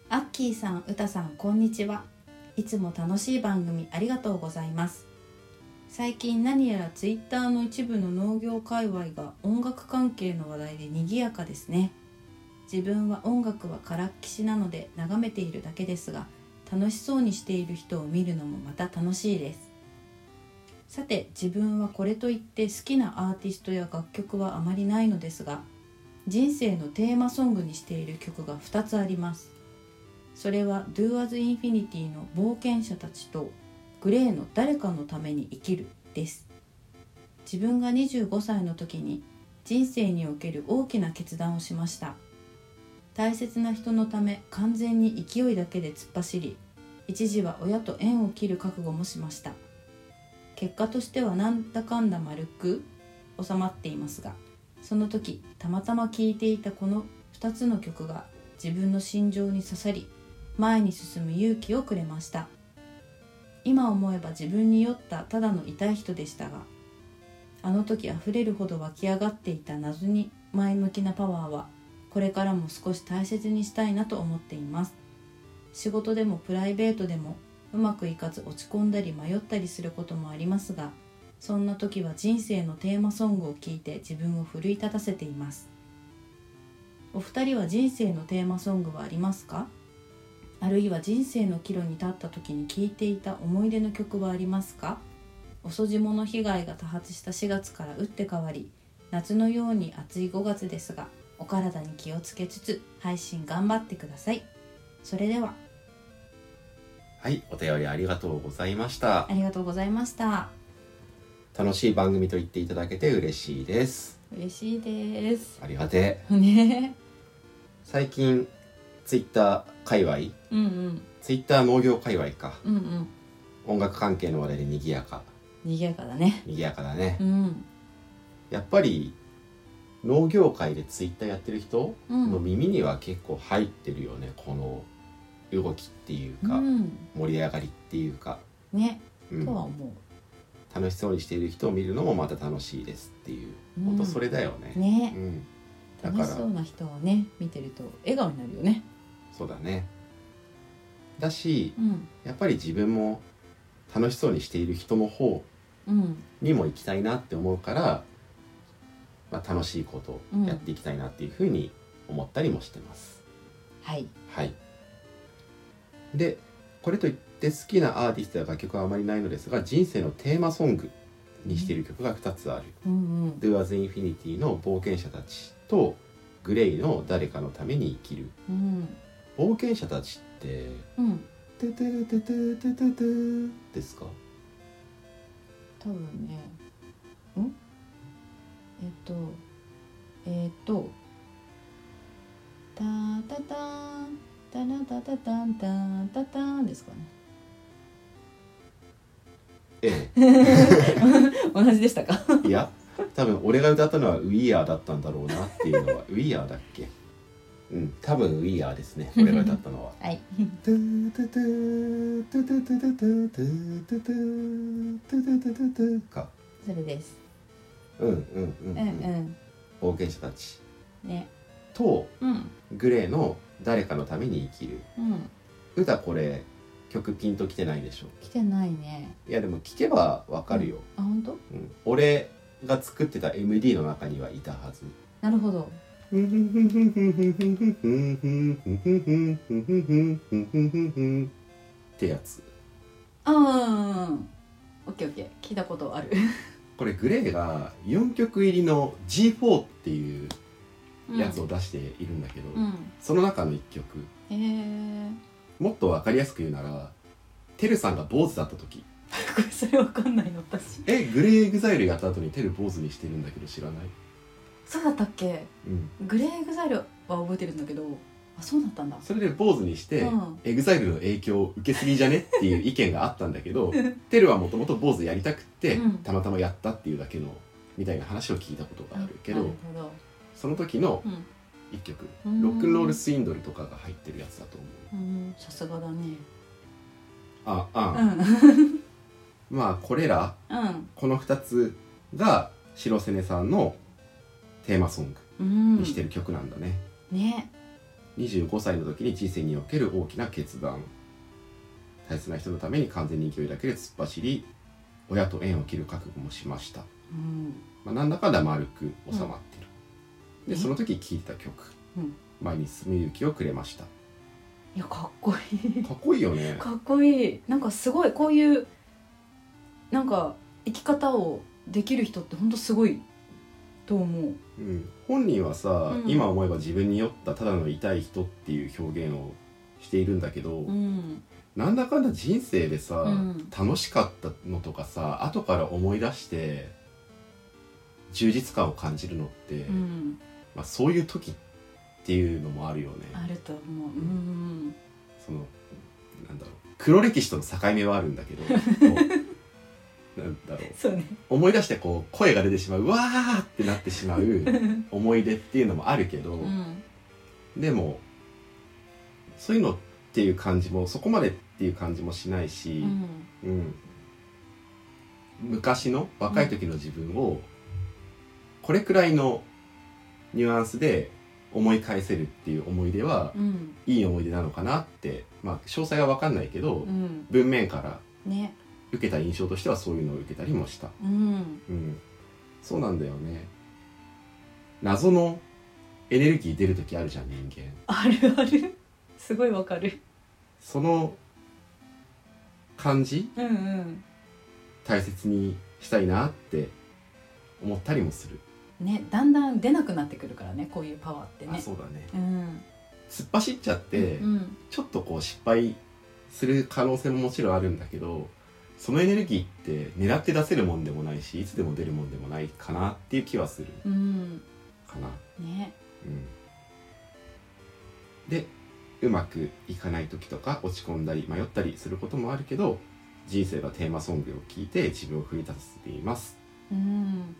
Speaker 3: アッキーさん、うたさん、こんにちは。いつも楽しい番組ありがとうございます。最近何やらツイッターの一部の農業界隈が音楽関係の話題で賑やかですね。自分は音楽はからっきしなので眺めているだけですが、楽しそうにしている人を見るのもまた楽しいです。さて、自分はこれといって好きなアーティストや楽曲はあまりないのですが、人生のテーマソングにしている曲が2つありますそれは「Do as Infinity」の「冒険者たち」と「グレーの誰かのために生きる」です自分が25歳の時に人生における大きな決断をしました大切な人のため完全に勢いだけで突っ走り一時は親と縁を切る覚悟もしました結果としてはなんだかんだ丸く収まっていますがその時たまたま聴いていたこの2つの曲が自分の心情に刺さり前に進む勇気をくれました今思えば自分に酔ったただの痛い人でしたがあの時溢れるほど湧き上がっていた謎に前向きなパワーはこれからも少し大切にしたいなと思っています仕事でもプライベートでもうまくいかず落ち込んだり迷ったりすることもありますがそんな時は人生のテーマソングを聴いて自分を奮い立たせていますお二人は人生のテーマソングはありますかあるいは人生の岐路に立った時に聴いていた思い出の曲はありますか遅霜の被害が多発した4月から打って変わり夏のように暑い5月ですがお体に気をつけつつ配信頑張ってくださいそれでは
Speaker 1: はい、お便りありがとうございました
Speaker 3: あ。りがとうございました
Speaker 1: 楽しい番組と言っていただけて嬉しいです。
Speaker 3: 嬉しいです
Speaker 1: ありがてえ。
Speaker 3: ね
Speaker 1: 最近ツイッター界隈、
Speaker 3: うんうん
Speaker 1: ツイッター農業界隈か、
Speaker 3: うんうん
Speaker 1: 音楽関係の話題で賑やか、
Speaker 3: 賑やかだね
Speaker 1: 賑やかだね
Speaker 3: う。ん
Speaker 1: やっぱり農業界でツイッターやってる人
Speaker 3: うん
Speaker 1: の耳には結構入ってるよね、この動きっていうか、
Speaker 3: うん
Speaker 1: 盛り上がりっていうか、
Speaker 3: ね
Speaker 1: うん
Speaker 3: とは思
Speaker 1: 楽しそうにしている人を見るのもまた楽しいですっていう、
Speaker 3: う
Speaker 1: 本当
Speaker 3: うん
Speaker 1: それだよね。う
Speaker 3: ね
Speaker 1: ん、だか
Speaker 3: 楽
Speaker 1: ら
Speaker 3: しそうな人をね見てると笑顔になるよね
Speaker 1: そうだね。だし
Speaker 3: うん
Speaker 1: やっぱり自分も楽しそうにしている人の方
Speaker 3: うん
Speaker 1: にも行きたいなって思うから、まあ、楽しいことをやっていきたいなっていうふうに思ったりもしてます。
Speaker 3: はい
Speaker 1: はい、でこれといって好きなアーティストや楽曲はあまりないのですが人生のテーマソングにしている曲が2つある
Speaker 3: うんう
Speaker 1: 「
Speaker 3: ん
Speaker 1: Do as Infinity」の「冒険者たち」と「グレイの「誰かのために生きる
Speaker 3: うん」
Speaker 1: 冒険者たちって
Speaker 3: うん
Speaker 1: 「トゥトゥトゥトゥトゥトゥトゥ」ですか
Speaker 3: 多分ねんえっとえっとタタタンタラタタタンタンタタンですかね
Speaker 1: え
Speaker 3: <laughs> 同じでしたか
Speaker 1: えいや多分俺が歌ったのは「ウィーアーだったんだろうなっていうのは「ウィーアーだっけうん、多分ウィーアーですね。俺が歌ったのは。
Speaker 3: はい
Speaker 1: か。
Speaker 3: それです
Speaker 1: うんうんう
Speaker 3: うん
Speaker 1: ん、
Speaker 3: う
Speaker 1: うん。
Speaker 3: ん
Speaker 1: 冒険者たち
Speaker 3: ね
Speaker 1: と
Speaker 3: うん
Speaker 1: グレーの誰かのために生きる。
Speaker 3: うん
Speaker 1: 歌これ曲ピンときてないでしょ。
Speaker 3: 来てないね
Speaker 1: いやでも聞けばわかるよ。
Speaker 3: あ本当
Speaker 1: うん俺が作ってた MD の中にはいたはず。
Speaker 3: なるほど
Speaker 1: ってやつ
Speaker 3: うんうんうんうんオッケーオッケー聞いたこと <laughs> ある
Speaker 1: これグレーが4曲入りの G4 っていうやつを出しているんだけど、
Speaker 3: うん
Speaker 1: その中の1曲
Speaker 3: へえ
Speaker 1: もっと分かりやすく言うならテルさんが坊主だった時
Speaker 3: <laughs> これそれわかんないの私
Speaker 1: えグレーエグザイルやった後にテル坊主にしてるんだけど知らない、
Speaker 3: そうだったっけ
Speaker 1: うん、
Speaker 3: グレーエグザイルは覚えてるんだけどあそうだったんだ
Speaker 1: それで坊主にして、
Speaker 3: うん
Speaker 1: エグザイルの影響を受けすぎじゃねっていう意見があったんだけどテルはもともと坊主やりたくって、
Speaker 3: うん
Speaker 1: たまたまやったっていうだけのみたいな話を聞いたことがあるけど、
Speaker 3: なるほど
Speaker 1: その時の
Speaker 3: うん
Speaker 1: 1曲「
Speaker 3: うん
Speaker 1: ロックンロール・スインドル」とかが入ってるやつだと思
Speaker 3: う
Speaker 1: う
Speaker 3: んさすがだね
Speaker 1: ああ、
Speaker 3: うん
Speaker 1: まあこれら
Speaker 3: うん
Speaker 1: この2つが白瀬根さんのテーマソング
Speaker 3: うん
Speaker 1: にしてる曲なんだね、
Speaker 3: ね
Speaker 1: 25歳の時に人生における大きな決断大切な人のために完全に勢いだけで突っ走り親と縁を切る覚悟もしました、
Speaker 3: うん
Speaker 1: まあ、なんだかんだ丸く収まってる、
Speaker 3: うん
Speaker 1: でその時聴いた曲
Speaker 3: うん
Speaker 1: 「前に進む勇気をくれました
Speaker 3: いやかっこいい」
Speaker 1: かっこいいよね
Speaker 3: かっこいいなんかすごいこういうなんか生き方をできる人ってほんとすごいと思う
Speaker 1: うん、本人はさ、
Speaker 3: うん
Speaker 1: 今思えば自分に酔ったただの痛い人っていう表現をしているんだけど、
Speaker 3: うん
Speaker 1: なんだかんだ人生でさ、
Speaker 3: うん
Speaker 1: 楽しかったのとかさ後から思い出して充実感を感じるのって、
Speaker 3: うん
Speaker 1: まあ、そういう時っていうのもあるよね
Speaker 3: あると思ううん
Speaker 1: そのなんだろう黒歴史との境目はあるんだ
Speaker 3: <laughs>
Speaker 1: けどこうなんだろう
Speaker 3: そうね
Speaker 1: 思い出してこう声が出てしまううわーってなってしまう
Speaker 3: うん
Speaker 1: 思い出っていうのもあるけど、
Speaker 3: うん
Speaker 1: でもそういうのっていう感じもそこまでっていう感じもしないし、うん昔の若い時の自分をこれくらいのニュアンスで思い返せるっていう思い出は
Speaker 3: うん
Speaker 1: いい思い出なのかなって、まあ、詳細は分かんないけど、
Speaker 3: うん
Speaker 1: 文面から
Speaker 3: ね
Speaker 1: 受けた印象としてはそういうのを受けたりもした、
Speaker 3: うん
Speaker 1: うん、そうなんだよね謎のエネルギー出る時あるじゃん人間
Speaker 3: あるあるすごいわかる
Speaker 1: その感じ
Speaker 3: うんうん
Speaker 1: 大切にしたいなって思ったりもする、
Speaker 3: ねだんだん出なくなってくるからねこういうパワーって
Speaker 1: あ
Speaker 3: ね
Speaker 1: そうだね
Speaker 3: うん
Speaker 1: 突っ走っちゃって、
Speaker 3: うん
Speaker 1: ちょっとこう失敗する可能性ももちろんあるんだけどそのエネルギーって狙って出せるもんでもないしいつでも出るもんでもないかなっていう気はする
Speaker 3: うん
Speaker 1: かな
Speaker 3: ね
Speaker 1: うんでうまくいかない時とか落ち込んだり迷ったりすることもあるけど人生のテーマソングを聴いて自分を奮い立たせています
Speaker 3: うん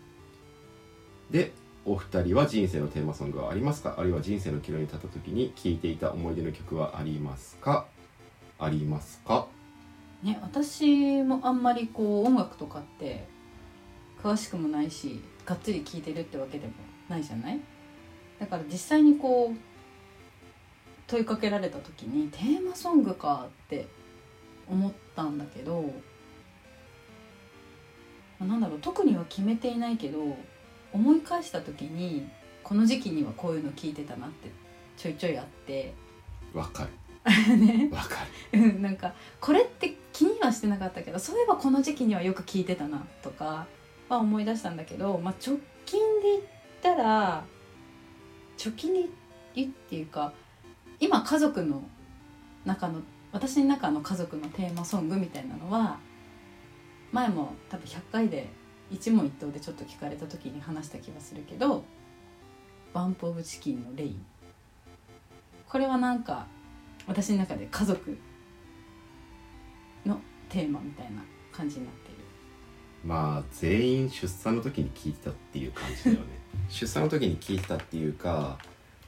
Speaker 1: でお二人は人生のテーマソングはありますかあるいは人生の岐路に立った時に聴いていた思い出の曲はありますかありますか
Speaker 3: ね私もあんまりこう音楽とかって詳しくもないしがっつり聴いてるってわけでもないじゃないだから実際にこう問いかけられた時にテーマソングかって思ったんだけどまあなんだろう特には決めていないけど思い返した時にこの時期にはこういうの聴いてたなってちょいちょいあって <laughs>
Speaker 1: わか
Speaker 3: ね
Speaker 1: るわか
Speaker 3: <laughs>
Speaker 1: る
Speaker 3: うんなんかこれって気にはしてなかったけどそういえばこの時期にはよく聞いてたなとかは思い出したんだけど、まあ、直近で言ったら直近で言っていうか今家族の中の私の中の家族のテーマソングみたいなのは前も多分100回で一問一答でちょっと聞かれた時に話した気がするけど「バンプ・オブ・チキンのレイン」これはなんか私の中で家族のテーマみたいな感じになっている
Speaker 1: まあ全 <laughs> 員出産の時に聴いてたっていう感じだよね出産の時に聴いてたっていうか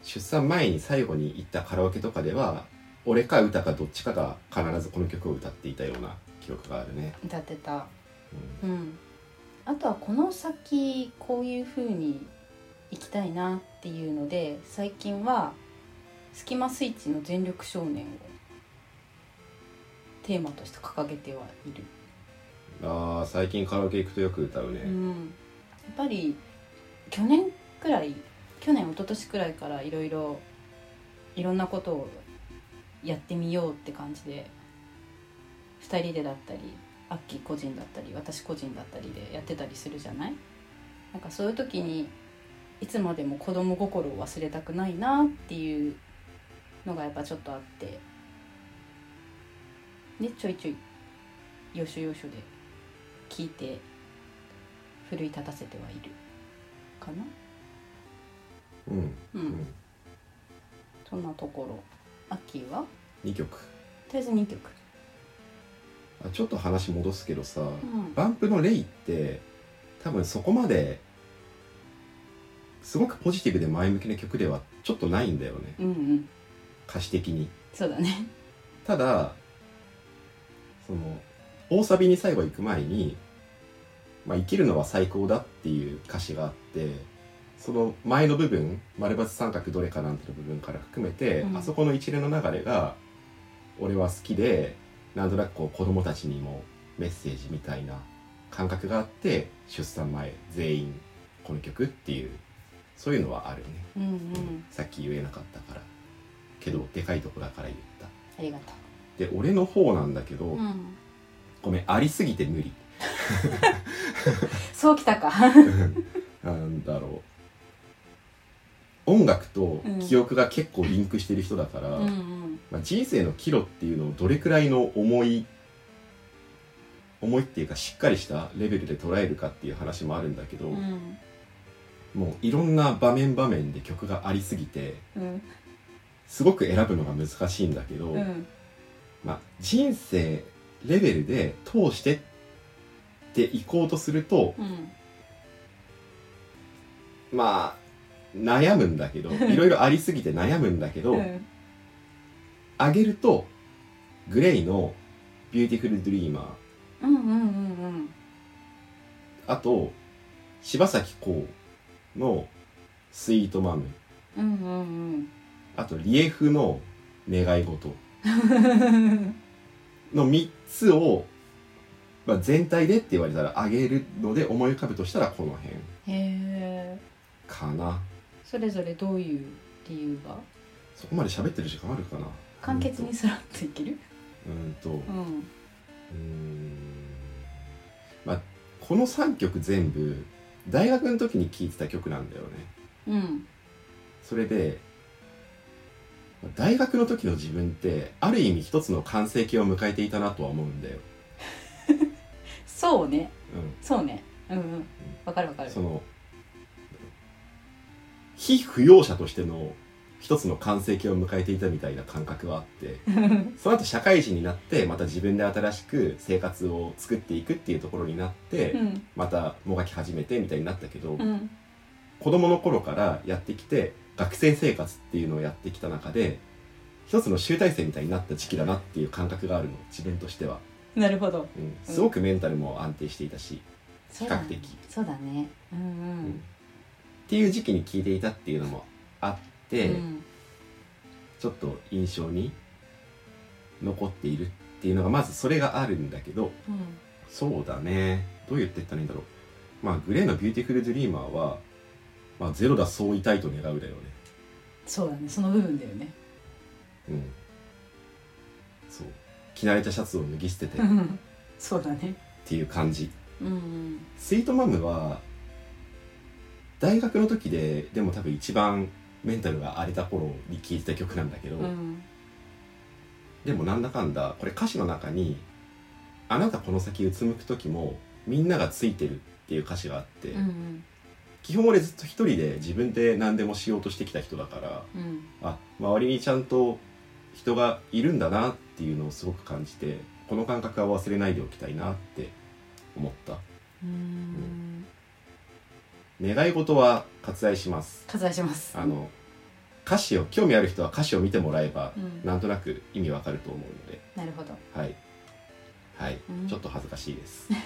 Speaker 1: 出産前に最後に行ったカラオケとかでは俺か歌かどっちかが必ずこの曲を歌っていたような記憶があるね、
Speaker 3: 歌ってた
Speaker 1: うん
Speaker 3: うんあとはこの先こういう風に行きたいなっていうので最近は「スキマスイッチの全力少年」をテーマとして掲げてはいる、
Speaker 1: あー最近カラオケ行くとよく歌うね、
Speaker 3: うん、やっぱり去年くらい去年一昨年くらいからいろいろいろんなことをやってみようって感じで2人でだったりアッキー個人だったり私個人だったりでやってたりするじゃないなんかそういう時にいつまでも子供心を忘れたくないなっていうのがやっぱちょっとあってでちょいちょい要所要所で聞いて奮い立たせてはいるかな
Speaker 1: うん
Speaker 3: う、
Speaker 1: うんん、
Speaker 3: そんなところアッキーはと
Speaker 1: 2曲
Speaker 3: りあえず2曲
Speaker 1: あちょっと話戻すけどさ、
Speaker 3: うん
Speaker 1: バンプのレイって多分そこまですごくポジティブで前向きな曲ではちょっとないんだよね
Speaker 3: うんうん
Speaker 1: 歌詞的に
Speaker 3: そうだね
Speaker 1: ただその大サビに最後行く前に「まあ、生きるのは最高だ」っていう歌詞があってその前の部分「丸×三角どれかなんて」の部分から含めて、
Speaker 3: うん
Speaker 1: あそこの一連の流れが「俺は好きでなんとなくこう子供たちにもメッセージみたいな感覚があって出産前全員この曲」っていうそういうのはあるね、
Speaker 3: うんうん
Speaker 1: さっき言えなかったからけどでかいとこだから言った。
Speaker 3: ありがと
Speaker 1: で俺の方なんだけど、
Speaker 3: う、うん、
Speaker 1: ごめんありすぎて無理
Speaker 3: そうきたか
Speaker 1: なんだろう音楽と記憶が結構リンクしてる人だから、
Speaker 3: うんうん
Speaker 1: まあ、人生の岐路っていうのをどれくらいの重い重いっていうかしっかりしたレベルで捉えるかっていう話もあるんだけど、
Speaker 3: うん
Speaker 1: もういろんな場面場面で曲がありすぎて
Speaker 3: うん
Speaker 1: すごく選ぶのが難しいんだけど、
Speaker 3: うん
Speaker 1: まあ、人生レベルで通してっていこうとすると
Speaker 3: うん
Speaker 1: まあ悩むんだけどいろいろありすぎて悩むんだけど、
Speaker 3: うん
Speaker 1: あげるとグレイの「ビューティフル・ドリーマ
Speaker 3: うんうんうん
Speaker 1: ー」あと柴咲コウの「スイート・マム
Speaker 3: うんうんうん」
Speaker 1: あとリエフの「願
Speaker 3: <laughs>
Speaker 1: い事
Speaker 3: うん」
Speaker 1: の3つを、まあ、全体でって言われたらあげるので思い浮かぶとしたらこの辺
Speaker 3: へえ
Speaker 1: かな
Speaker 3: それぞれどういう理由が
Speaker 1: そこまで喋ってる時間あるかな
Speaker 3: 簡潔にさらっといける
Speaker 1: うんと、
Speaker 3: うん
Speaker 1: うーんまあこの3曲全部大学の時に聴いてた曲なんだよね
Speaker 3: うん
Speaker 1: それでまあ大学の時の自分ってある意味一つの完成形を迎えていたなとは思うんだよ、
Speaker 3: そうね
Speaker 1: う
Speaker 3: そうねうんうんわかるわか
Speaker 1: ん、
Speaker 3: る
Speaker 1: その非扶養者としての一つの完成形を迎えていたみたいな感覚はあ
Speaker 3: <laughs>
Speaker 1: ってその後社会人になってまた自分で新しく生活を作っていくっていうところになって、
Speaker 3: うん
Speaker 1: またもがき始めてみたいになったけど、
Speaker 3: うん
Speaker 1: 子供の頃からやってきて学生生活っていうのをやってきた中で一つの集大成みたいになった時期だなっていう感覚があるの自分としては、
Speaker 3: なるほど
Speaker 1: うん、すごくメンタルも安定していたし、
Speaker 3: 比
Speaker 1: 比較的
Speaker 3: そうだねうん
Speaker 1: うんっていう時期に聞いていたっていうのもあっ
Speaker 3: うん、
Speaker 1: て、
Speaker 3: うん
Speaker 1: ちょっと印象に残っているっていうのがまずそれがあるんだけど
Speaker 3: うん
Speaker 1: そうだねどう言ってったらいいんだろうまあグレーの「ビューティフル・ドリーマーは」まあ、ゼロだそう言いたいと願うだよね
Speaker 3: そうだねその部分だよね
Speaker 1: うんそう着慣れたシャツを脱ぎ捨ててっ
Speaker 3: うん <laughs> そうだね
Speaker 1: ていう感じ
Speaker 3: うん
Speaker 1: スイートマムは大学の時ででも多分一番メンタルが荒れた頃に聴いてた曲なんだけど、
Speaker 3: うん
Speaker 1: でもなんだかんだこれ歌詞の中に「あなたこの先うつむく時もみんながついてる」っていう歌詞があって、
Speaker 3: うん
Speaker 1: 基本俺ずっと一人で自分で何でもしようとしてきた人だから
Speaker 3: うん
Speaker 1: あ周りにちゃんと人がいるんだなっていうのをすごく感じてこの感覚は忘れないでおきたいなって思った
Speaker 3: うん
Speaker 1: 願い事は割愛します
Speaker 3: 割愛します
Speaker 1: あの歌詞を興味ある人は歌詞を見てもらえば、
Speaker 3: うん
Speaker 1: なんとなく意味わかると思うので
Speaker 3: なるほど
Speaker 1: はいはい、
Speaker 3: うん
Speaker 1: ちょっと恥ずかしいです、
Speaker 3: じ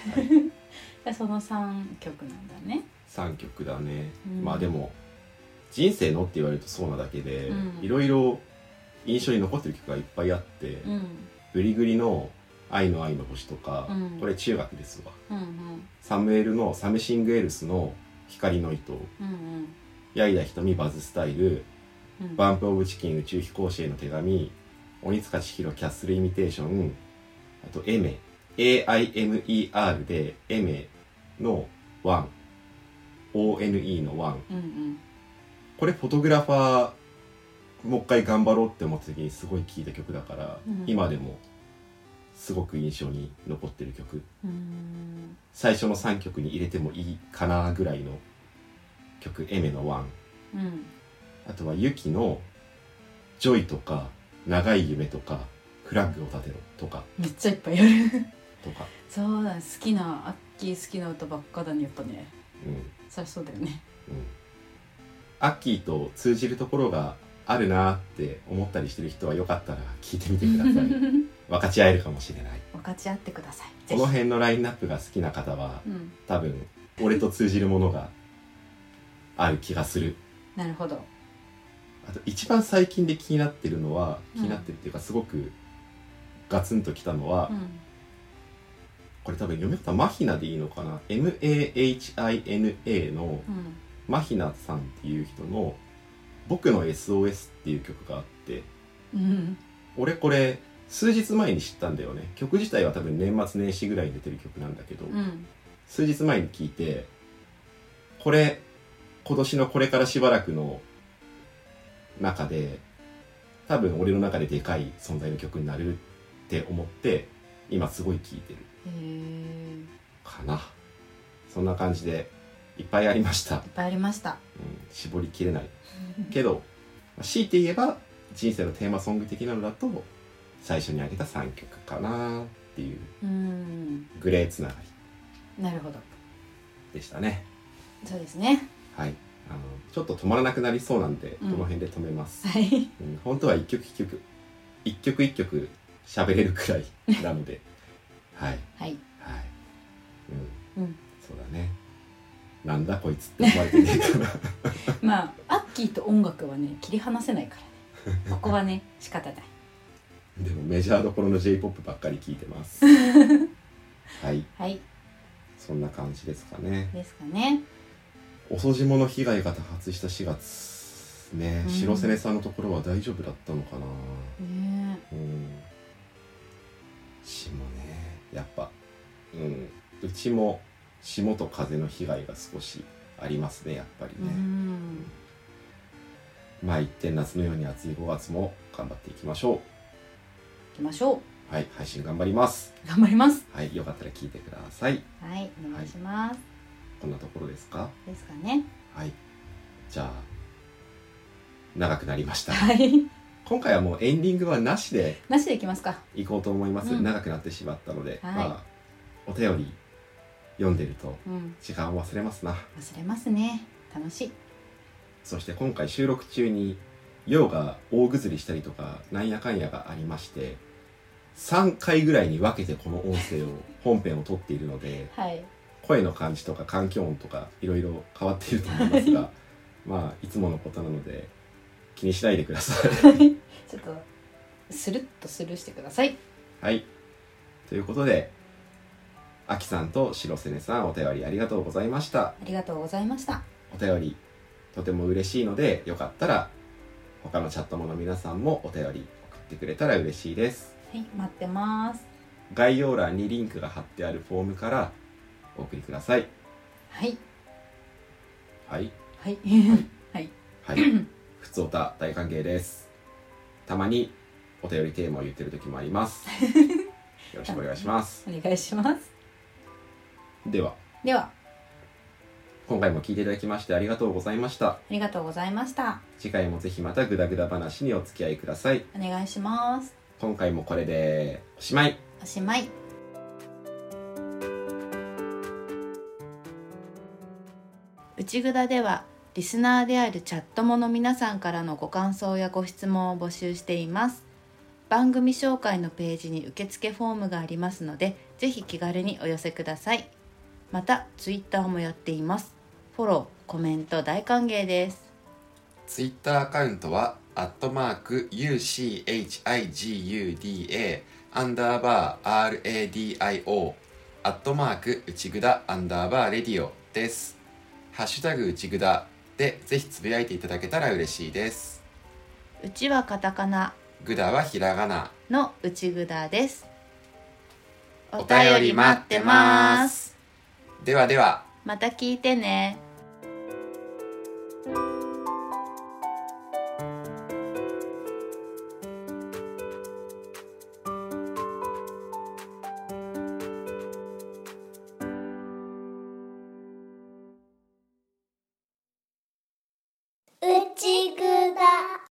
Speaker 3: ゃあその3曲なんだね
Speaker 1: 3曲だね、
Speaker 3: うん
Speaker 1: まあでも人生のって言われるとそうなだけで、
Speaker 3: うん
Speaker 1: いろいろ印象に残ってる曲がいっぱいあって、
Speaker 3: うん
Speaker 1: グリグリの「愛の愛の星」とか、
Speaker 3: うん
Speaker 1: これ中学ですわ
Speaker 3: うんうん
Speaker 1: サムエルの「サムシングエルス」の「光の糸
Speaker 3: うんうん」
Speaker 1: 矢井田瞳バズスタイル
Speaker 3: うん
Speaker 1: バンプ・オブ・チキン宇宙飛行士への手紙鬼塚千尋キャッスル・イミテーションあと「エメ」AIMER で「エメ」の「ワン」ONE の「ワン」
Speaker 3: うんうん
Speaker 1: これフォトグラファーもう一回頑張ろうって思った時にすごい聴いた曲だから、
Speaker 3: うん
Speaker 1: 今でもすごく印象に残ってる曲
Speaker 3: うーん
Speaker 1: 最初の3曲に入れてもいいかなぐらいの曲「エメのワン
Speaker 3: うん」
Speaker 1: あとはユキの「ジョイ」とか「長い夢」とか「フラッグを立てろ」とか
Speaker 3: めっちゃいっぱいやる <laughs>
Speaker 1: とか、
Speaker 3: そうだね好きなアッキー好きな歌ばっかだねやっぱね
Speaker 1: うんうん、
Speaker 3: そりゃそうだよね
Speaker 1: アッキーと通じるところがあるなって思ったりしてる人はよかったら聴いてみてくだ
Speaker 3: <laughs>
Speaker 1: さい分かち合えるかもしれない
Speaker 3: 分かち合ってください
Speaker 1: こ
Speaker 3: ぜひ
Speaker 1: の辺のラインナップが好きな方は
Speaker 3: うん
Speaker 1: 多分俺と通じるものがある気がする
Speaker 3: なるほど
Speaker 1: あと一番最近で気になってるのは
Speaker 3: う
Speaker 1: 気
Speaker 3: ん
Speaker 1: になってるっていうかすごくガツンときたのは、
Speaker 3: うん
Speaker 1: これ多分読み方マヒナでいいのかな MAHINA の
Speaker 3: うん
Speaker 1: マヒナさんっていう人の「僕の SOS」っていう曲があって
Speaker 3: うん
Speaker 1: 俺これ数日前に知ったんだよね曲自体は多分年末年始ぐらいに出てる曲なんだけど、
Speaker 3: うん
Speaker 1: 数日前に聞いてこれ今年のこれからしばらくの中で多分俺の中ででかい存在の曲になるって思って今すごい聴いてる
Speaker 3: へえ
Speaker 1: かなそんな感じでいっぱいありました、うん
Speaker 3: いっぱいありました
Speaker 1: 絞りきれないけどまあ強いて言えば人生のテーマソング的なのだと最初に挙げた3曲かなっていう
Speaker 3: うん
Speaker 1: グレーつながり
Speaker 3: なるほど
Speaker 1: でしたね
Speaker 3: そうですね
Speaker 1: はい、あのちょっと止まらなくなりそうなんで、
Speaker 3: うん
Speaker 1: この辺で止めます、
Speaker 3: はい
Speaker 1: うん、本当は一曲一曲一曲一曲喋れるくらいな
Speaker 3: <laughs>
Speaker 1: のではい
Speaker 3: は
Speaker 1: はい
Speaker 3: い
Speaker 1: うん、
Speaker 3: うん
Speaker 1: そうだねなんだこいつって思われてねえかな <laughs>
Speaker 3: まあアッキーと音楽はね切り離せないから <laughs> ねここはね仕方ない
Speaker 1: でもメジャーどころの j p o p ばっかり聞いてます
Speaker 3: <laughs>
Speaker 1: はい
Speaker 3: はい
Speaker 1: そんな感じですかね
Speaker 3: ですかね
Speaker 1: 遅霜の被害が多発した4月ね、
Speaker 3: うん
Speaker 1: 白瀬根さんのところは大丈夫だったのかな
Speaker 3: ね
Speaker 1: うん霜ねやっぱうんうちも霜と風の被害が少しありますねやっぱり
Speaker 3: う
Speaker 1: ね、
Speaker 3: ん
Speaker 1: まあ一点夏のように暑い5月も頑張っていきましょ
Speaker 3: 行きましょ
Speaker 1: うはい配信頑張ります
Speaker 3: う頑張ります
Speaker 1: はいよかったら聞いてください
Speaker 3: はいお願いします、
Speaker 1: こんなところですか
Speaker 3: ですかね
Speaker 1: はいじゃあ長くなり
Speaker 3: <laughs>
Speaker 1: ました
Speaker 3: はい
Speaker 1: 今回はもうエンディングはなしで
Speaker 3: なしでいきますか
Speaker 1: 行こうと思います、
Speaker 3: うん
Speaker 1: 長くなってしまったので、
Speaker 3: はい
Speaker 1: まあお便り読んでると
Speaker 3: うん
Speaker 1: 時間を忘れますな
Speaker 3: 忘れますね楽しい
Speaker 1: そして今回収録中に陽が大ぐずりしたりとかなんやかんやがありまして3回ぐらいに分けてこの音声を本編を撮っているので
Speaker 3: はい
Speaker 1: 声の感じとか環境音とかいろいろ変わっていると思いますがまあいつものことなので気にしないでください <laughs>
Speaker 3: ちょっとスルッとスルーしてください
Speaker 1: はいということであきさんと白瀬根さんお便りありがとうございました
Speaker 3: ありがとうございました
Speaker 1: お便りとても嬉しいのでよかったら他のチャットもの皆さんもお便り送ってくれたら嬉しいです
Speaker 3: はい待ってます
Speaker 1: 概要欄にリンクが貼ってあるフォームからお送りください
Speaker 3: はい
Speaker 1: はい
Speaker 3: はいはい
Speaker 1: はい普通おた大歓迎ですたまにお便りテーマを言ってる時もありますよろしくお願いします
Speaker 3: <laughs> お願いします
Speaker 1: では
Speaker 3: では
Speaker 1: 今回も聞いていただきましてありがとうございました
Speaker 3: ありがとうございました
Speaker 1: 次回もぜひまたグダグダ話にお付き合いください
Speaker 3: お願いします
Speaker 1: 今回もこれでおしまい
Speaker 3: おしまい内ぐだではリスナーであるチャットもの皆さんからのご感想やご質問を募集しています番組紹介のページに受付フォームがありますのでぜひ気軽にお寄せくださいまたツイッターもやっていますフォローコメント大歓迎です
Speaker 1: ツイッターアカウントは、アットマーク UCHIGUDA アンダーバー RADIO アットマーク内ぐだアンダーバーレディオです。ハッシュタグ内ぐだでぜひつぶやいていただけたら嬉しいです。
Speaker 3: うちはカタカナ
Speaker 1: ぐだはひらがな。
Speaker 3: の内ぐだです
Speaker 1: お便り待ってますではでは。
Speaker 3: また聞いてね